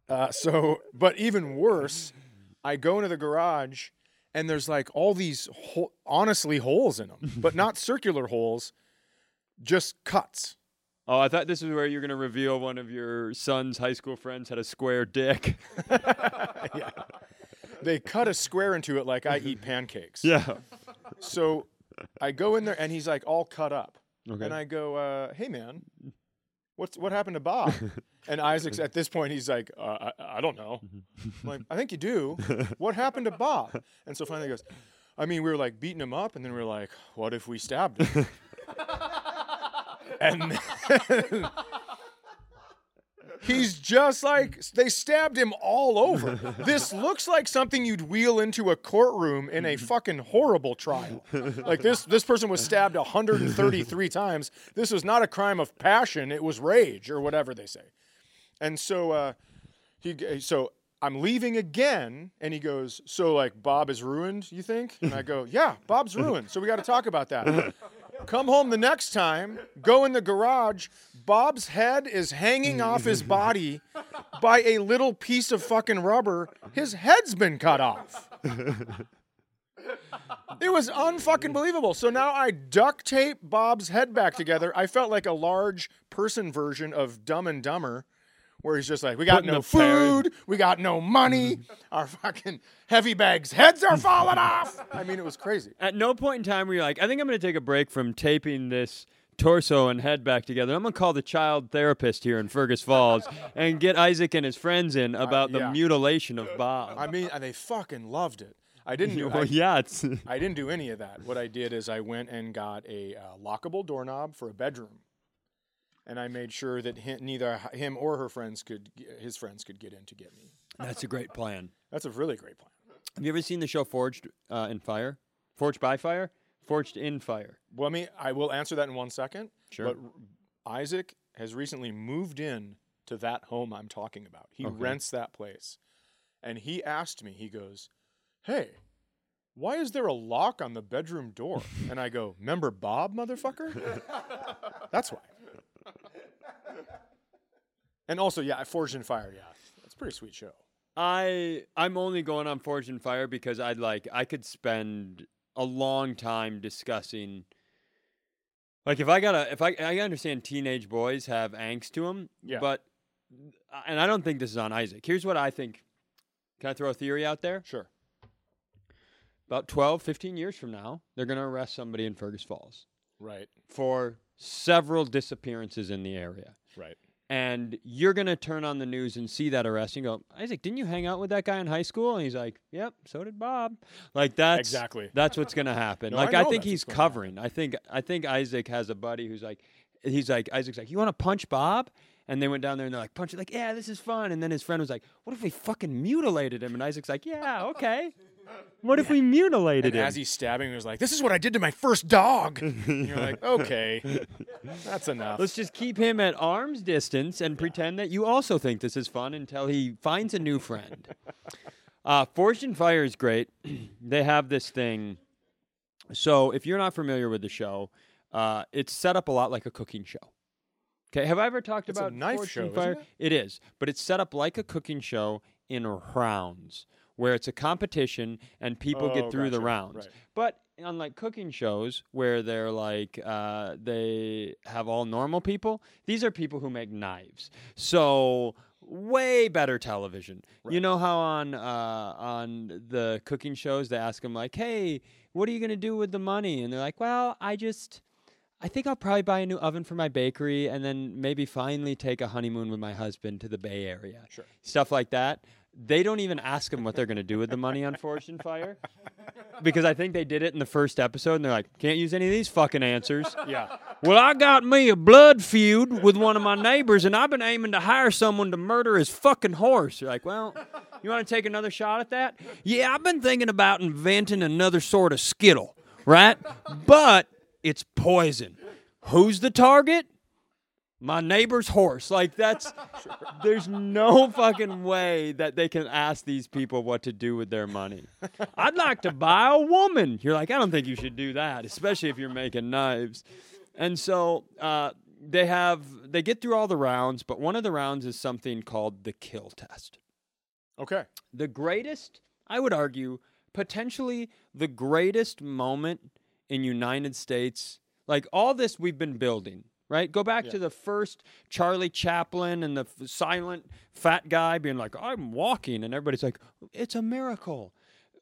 uh, so, but even worse, I go into the garage and there's like all these, ho- honestly, holes in them, but not circular holes, just cuts.
Oh, I thought this is where you're going to reveal one of your son's high school friends had a square dick.
They cut a square into it like I eat pancakes.
Yeah.
So I go in there and he's like all cut up.
Okay.
And I go, uh, hey man, what's what happened to Bob? and Isaac's at this point he's like, uh, I, I don't know. I'm like I think you do. What happened to Bob? And so finally he goes, I mean we were like beating him up and then we were like, what if we stabbed him? and then- he's just like they stabbed him all over. This looks like something you'd wheel into a courtroom in a fucking horrible trial. Like this this person was stabbed 133 times. This was not a crime of passion, it was rage or whatever they say. And so uh he g- so I'm leaving again and he goes, "So like Bob is ruined, you think?" And I go, "Yeah, Bob's ruined. So we got to talk about that." Come home the next time, go in the garage. Bob's head is hanging off his body by a little piece of fucking rubber. His head's been cut off. It was unfucking believable. So now I duct tape Bob's head back together. I felt like a large person version of Dumb and Dumber where he's just like, we got
Putting
no
the pair in.
food, we got no money, our fucking heavy bags' heads are falling off. I mean, it was crazy.
At no point in time were you like, I think I'm going to take a break from taping this torso and head back together. I'm going to call the child therapist here in Fergus Falls and get Isaac and his friends in about the
yeah.
mutilation of Bob.
I mean, and they fucking loved it. I didn't do.
well,
I,
yeah, it's
I didn't do any of that. What I did is I went and got a uh, lockable doorknob for a bedroom, and I made sure that hi neither h- him or her friends could, g- his friends could get in to get me.
that's a great plan.
That's a really great plan.
Have you ever seen the show Forged uh, in Fire? Forged by Fire? Forged in Fire.
Well, I mean, I will answer that in one second.
Sure.
But r- Isaac has recently moved in to that home I'm talking about. He
Okay.
rents that place. And he asked me, he goes, Hey, why is there a lock on the bedroom door? and I go, Remember Bob, motherfucker? That's why. And also, yeah, Forged in Fire, yeah. That's a pretty sweet show.
I I'm only going on Forge and Fire because I'd like I could spend a long time discussing like if I got to if I I understand teenage boys have angst to them,
Yeah.
but and I don't think this is on Isaac. Here's what I think. Can I throw a theory out there?
Sure.
About 12, 15 years from now, they're going to arrest somebody in Fergus Falls
Right,
for several disappearances in the area.
right.
and you're going to turn on the news and see that arrest and go, Isaac, didn't you hang out with that guy in high school? And he's like, yep, so did Bob. Like that's
Exactly.
that's what's going to happen.
No, I
like I,
know
think
that's
he's
what's gonna
covering. I think I think Isaac has a buddy who's like he's like Isaac's like, "You want to punch Bob?" And they went down there and they're like, "Punch it." Like, "Yeah, this is fun." And then his friend was like, "What if we fucking mutilated him?" And Isaac's like, "Yeah, okay." What if we mutilated
And
him?
as he's stabbing, he was like, This is what I did to my first dog. and you're like, Okay, that's enough.
Let's just keep him at arm's distance and pretend that you also think this is fun until he finds a new friend. uh, Forged in Fire is great. they have this thing. So, if you're not familiar with the show, uh, it's set up a lot like a cooking show. Okay, have I ever talked
It's a
about
knife
Forged
show,
in
isn't
Fire?
it?
It is, but it's set up like a cooking show in rounds, where it's a competition and people
Oh,
get through the
gotcha.
rounds.
Right.
But unlike cooking shows where they're like uh, they have all normal people, these are people who make knives. So way better television. You know how on uh, on the cooking shows they ask them like, "Hey, what are you gonna do with the money?" And they're like, "Well, I just." I think I'll probably buy a new oven for my bakery and then maybe finally take a honeymoon with my husband to the Bay Area. Sure. Stuff like that. They don't even ask them what they're going to do with the money on Forged and Fire because I think they did it in the first episode and they're like, can't use any of these fucking answers.
yeah.
Well, I got me a blood feud with one of my neighbors, and I've been aiming to hire someone to murder his fucking horse. You're like, well, you want to take another shot at that? Yeah, I've been thinking about inventing another sort of skittle, right? But it's poison. Who's the target? My neighbor's horse. Like, that's, there's no fucking way that they can ask these people what to do with their money. I'd like to buy a woman. You're like, I don't think you should do that, especially if you're making knives. And so uh, they have they get through all the rounds, but one of the rounds is something called the kill test.
Okay.
The greatest, I would argue, potentially the greatest moment in United States. Like all this we've been building, right? Go back to the first Charlie Chaplin and the f- silent fat guy being like, "I'm walking," and everybody's like, "It's a miracle."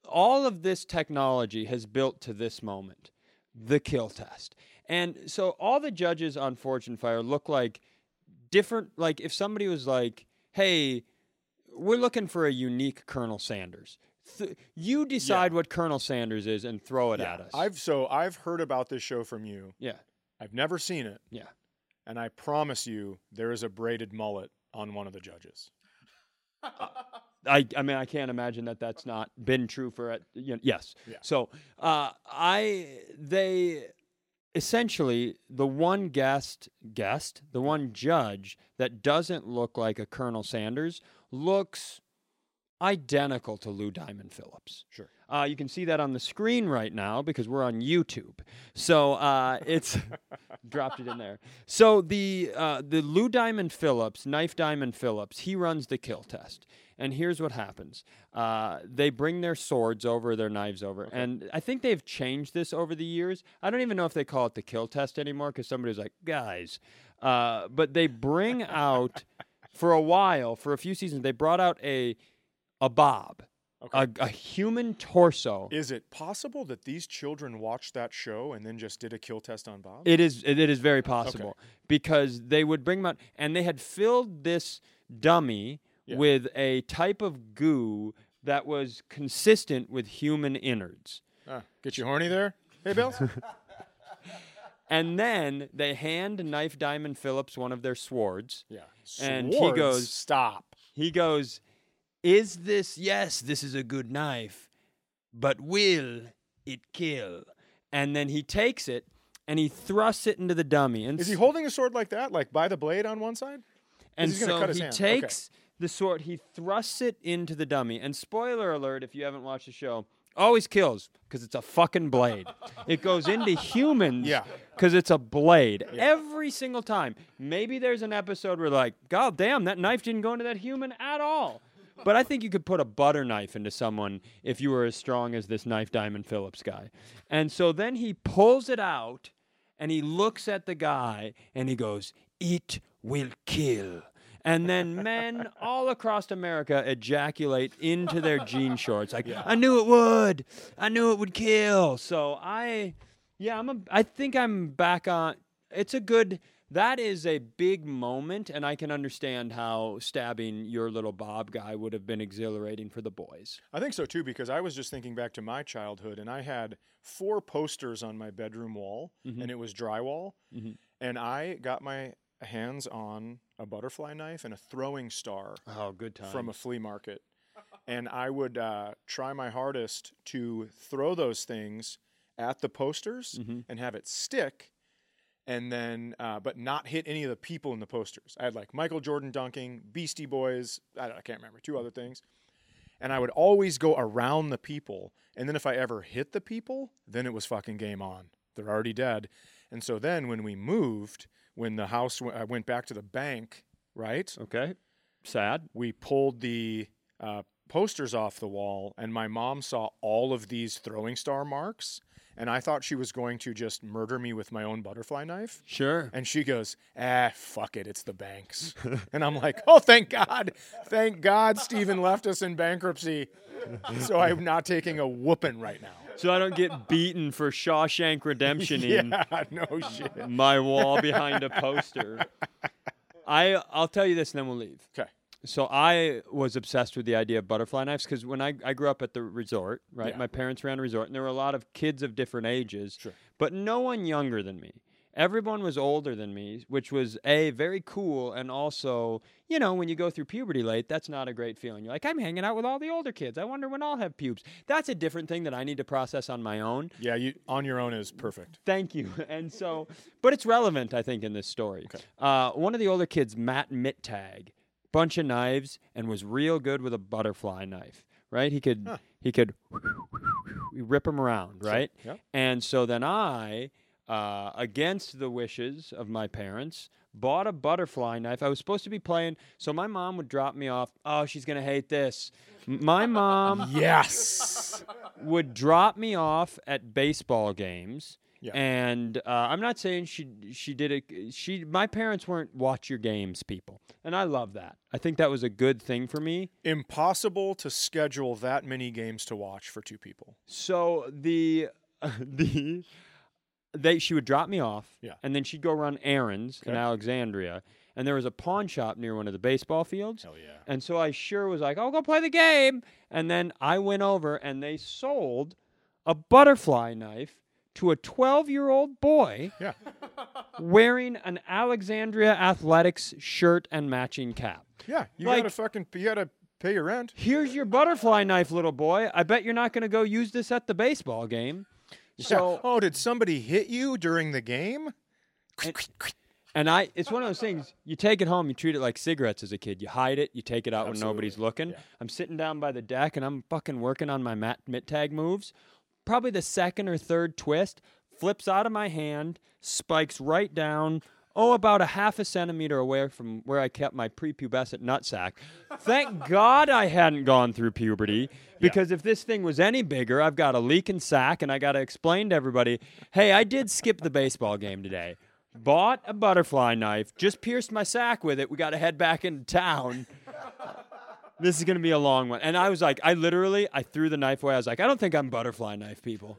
All of this technology has built to this moment the kill test. And so all the judges on Fortune Fire look like different. Like if somebody was like, "Hey, we're looking for a unique Colonel Sanders," Th- you decide what Colonel Sanders is and throw it at us.
I've so I've heard about this show from you.
yeah,
I've never seen it,
yeah.
and I promise you there is a braided mullet on one of the judges.
I, I mean, I can't imagine that that's not been true for it. You know, yes.
Yeah.
So uh, I they essentially the one guest guest the one judge that doesn't look like a Colonel Sanders looks identical to Lou Diamond Phillips.
Sure.
Uh, you can see that on the screen right now because we're on YouTube. So uh, it's dropped it in there. So the uh, the Lou Diamond Phillips, Knife Diamond Phillips, he runs the kill test. And here's what happens: uh, they bring their swords over, their knives over, and I think they've changed this over the years. I don't even know if they call it the kill test anymore because somebody's like, guys. Uh, but they bring out for a while, for a few seasons, they brought out a a bob,
Okay.
a, a human torso.
Is it possible that these children watched that show and then just did a kill test on Bob?
It is. It, it is very possible because they would bring them out, and they had filled this dummy
Yeah.
with a type of goo that was consistent with human innards.
Ah, get you horny there? Hey, Bill?
And then they hand Knife Diamond Phillips one of their swords.
yeah.
And he
Swords,
goes-
Stop.
He goes, "Is this? Yes, this is a good knife, but will it kill?" And then he takes it and he thrusts it into the dummy. And
Is he
s-
holding a sword like that? Like by the blade on one side?
And
he's gonna
so
cut his
he
hand. Okay.
takes the sword, he thrusts it into the dummy. And spoiler alert, if you haven't watched the show, always kills because it's a fucking blade. it goes into humans
Yeah.
because it's a blade every single time. Maybe there's an episode where, like, God damn, that knife didn't go into that human at all. But I think you could put a butter knife into someone if you were as strong as this knife Diamond Phillips guy. And so then he pulls it out and he looks at the guy and he goes, It will kill. And then men all across America ejaculate into their jean shorts. Like, I knew it would. I knew it would kill. So I, yeah, I'm a, I think I'm back on. It's a good, that is a big moment. And I can understand how stabbing your little Bob guy would have been exhilarating for the boys.
I think so too, because I was just thinking back to my childhood, and I had four posters on my bedroom wall, and it was drywall,
Mhm.
and I got my hands on a butterfly knife and a throwing star
Oh, good time.
from a flea market, and I would uh, try my hardest to throw those things at the posters
Mhm.
and have it stick. And then, uh, but not hit any of the people in the posters. I had like Michael Jordan dunking, Beastie Boys, I, don't, I can't remember, two other things and I would always go around the people. And then if I ever hit the people, then it was fucking game on. They're already dead. And so then when we moved, when the house w- I went back to the bank, right?
okay. Sad.
We pulled the uh, posters off the wall, and my mom saw all of these throwing star marks. And I thought she was going to just murder me with my own butterfly knife.
Sure.
And she goes, ah, fuck it, it's the banks. and I'm like, oh, thank God. Thank God Steven left us in bankruptcy. So I'm not taking a whooping right now.
So I don't get beaten for Shawshank Redemption in
Yeah, no shit.
my wall behind a poster. I I'll tell you this, and then we'll leave.
Okay.
So I was obsessed with the idea of butterfly knives because when I, I grew up at the resort, right?
Yeah.
My parents ran a resort, and there were a lot of kids of different ages,
Sure.
but no one younger than me. Everyone was older than me, which was a very cool, and also, you know, when you go through puberty late, that's not a great feeling. You're like, I'm hanging out with all the older kids. I wonder when I'll have pubes. That's a different thing that I need to process on my own.
Yeah, you on your own is perfect.
Thank you. And so, but it's relevant, I think, in this story. Uh, one of the older kids, Matt Mittag, bunch of knives, and was real good with a butterfly knife. Right? He could he could rip them around. Right?
yeah.
And so then I, uh, against the wishes of my parents. Bought a butterfly knife. I was supposed to be playing, so my mom would drop me off. Oh, she's gonna hate this. M- My mom
Yes.
would drop me off at baseball games.
Yeah.
And uh, I'm not saying she she did it. She my parents weren't watch your games people, and I love that. I think that was a good thing for me.
Impossible to schedule that many games to watch for two people.
So the the they she would drop me off,
Yeah.
and then she'd go run errands in
Okay.
Alexandria, and there was a pawn shop near one of the baseball fields.
Hell yeah.
And so I sure was like, I'll go play the game. And then I went over and they sold a butterfly knife to a 12 year old boy
Yeah.
wearing an Alexandria Athletics shirt and matching cap.
Yeah. You
Like-
gotta fucking you gotta pay your rent.
Here's your butterfly knife, little boy. I bet you're not going to go use this at the baseball game. So,
yeah. oh, did somebody hit you during the game?
and I, it's one of those things you take it home, you treat it like cigarettes as a kid. You hide it, you take it out when nobody's looking. I'm sitting down by the deck and I'm fucking working on my Matt Mittag moves. Probably the second or third twist flips out of my hand, spikes right down, oh, about a half a centimeter away from where I kept my prepubescent nutsack. Thank God I hadn't gone through puberty because if this thing was any bigger, I've got a leaking sack and I got to explain to everybody hey, I did skip the baseball game today. bought a butterfly knife, just pierced my sack with it. We got to head back into town. this is going to be a long one. And I was like, I literally, I threw the knife away. I was like, I don't think I'm butterfly knife people.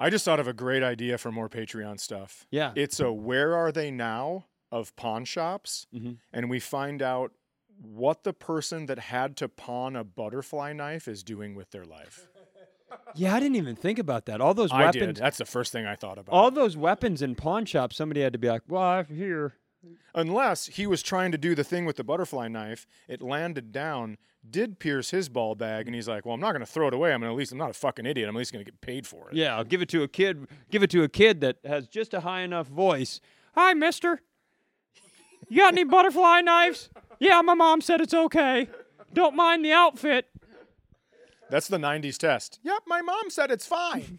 I just thought of a great idea for more Patreon stuff.
Yeah.
It's a Where Are They Now of pawn shops,
Mm-hmm.
and we find out what the person that had to pawn a butterfly knife is doing with their life.
Yeah, I didn't even think about that. All those
I did.
weapons,
That's the first thing I thought about.
all those weapons in pawn shops, somebody had to be like, well, I'm here.
Unless he was trying to do the thing with the butterfly knife, it landed down, did pierce his ball bag, and he's like, "Well, I'm not going to throw it away. I'm gonna at least I'm not a fucking idiot. I'm at least going to get paid for it."
Yeah, I'll give it to a kid. Give it to a kid that has just a high enough voice. Hi, Mister. You got any butterfly knives? Yeah, my mom said it's okay. Don't mind the outfit.
That's the '90s test. Yep, my mom said it's fine.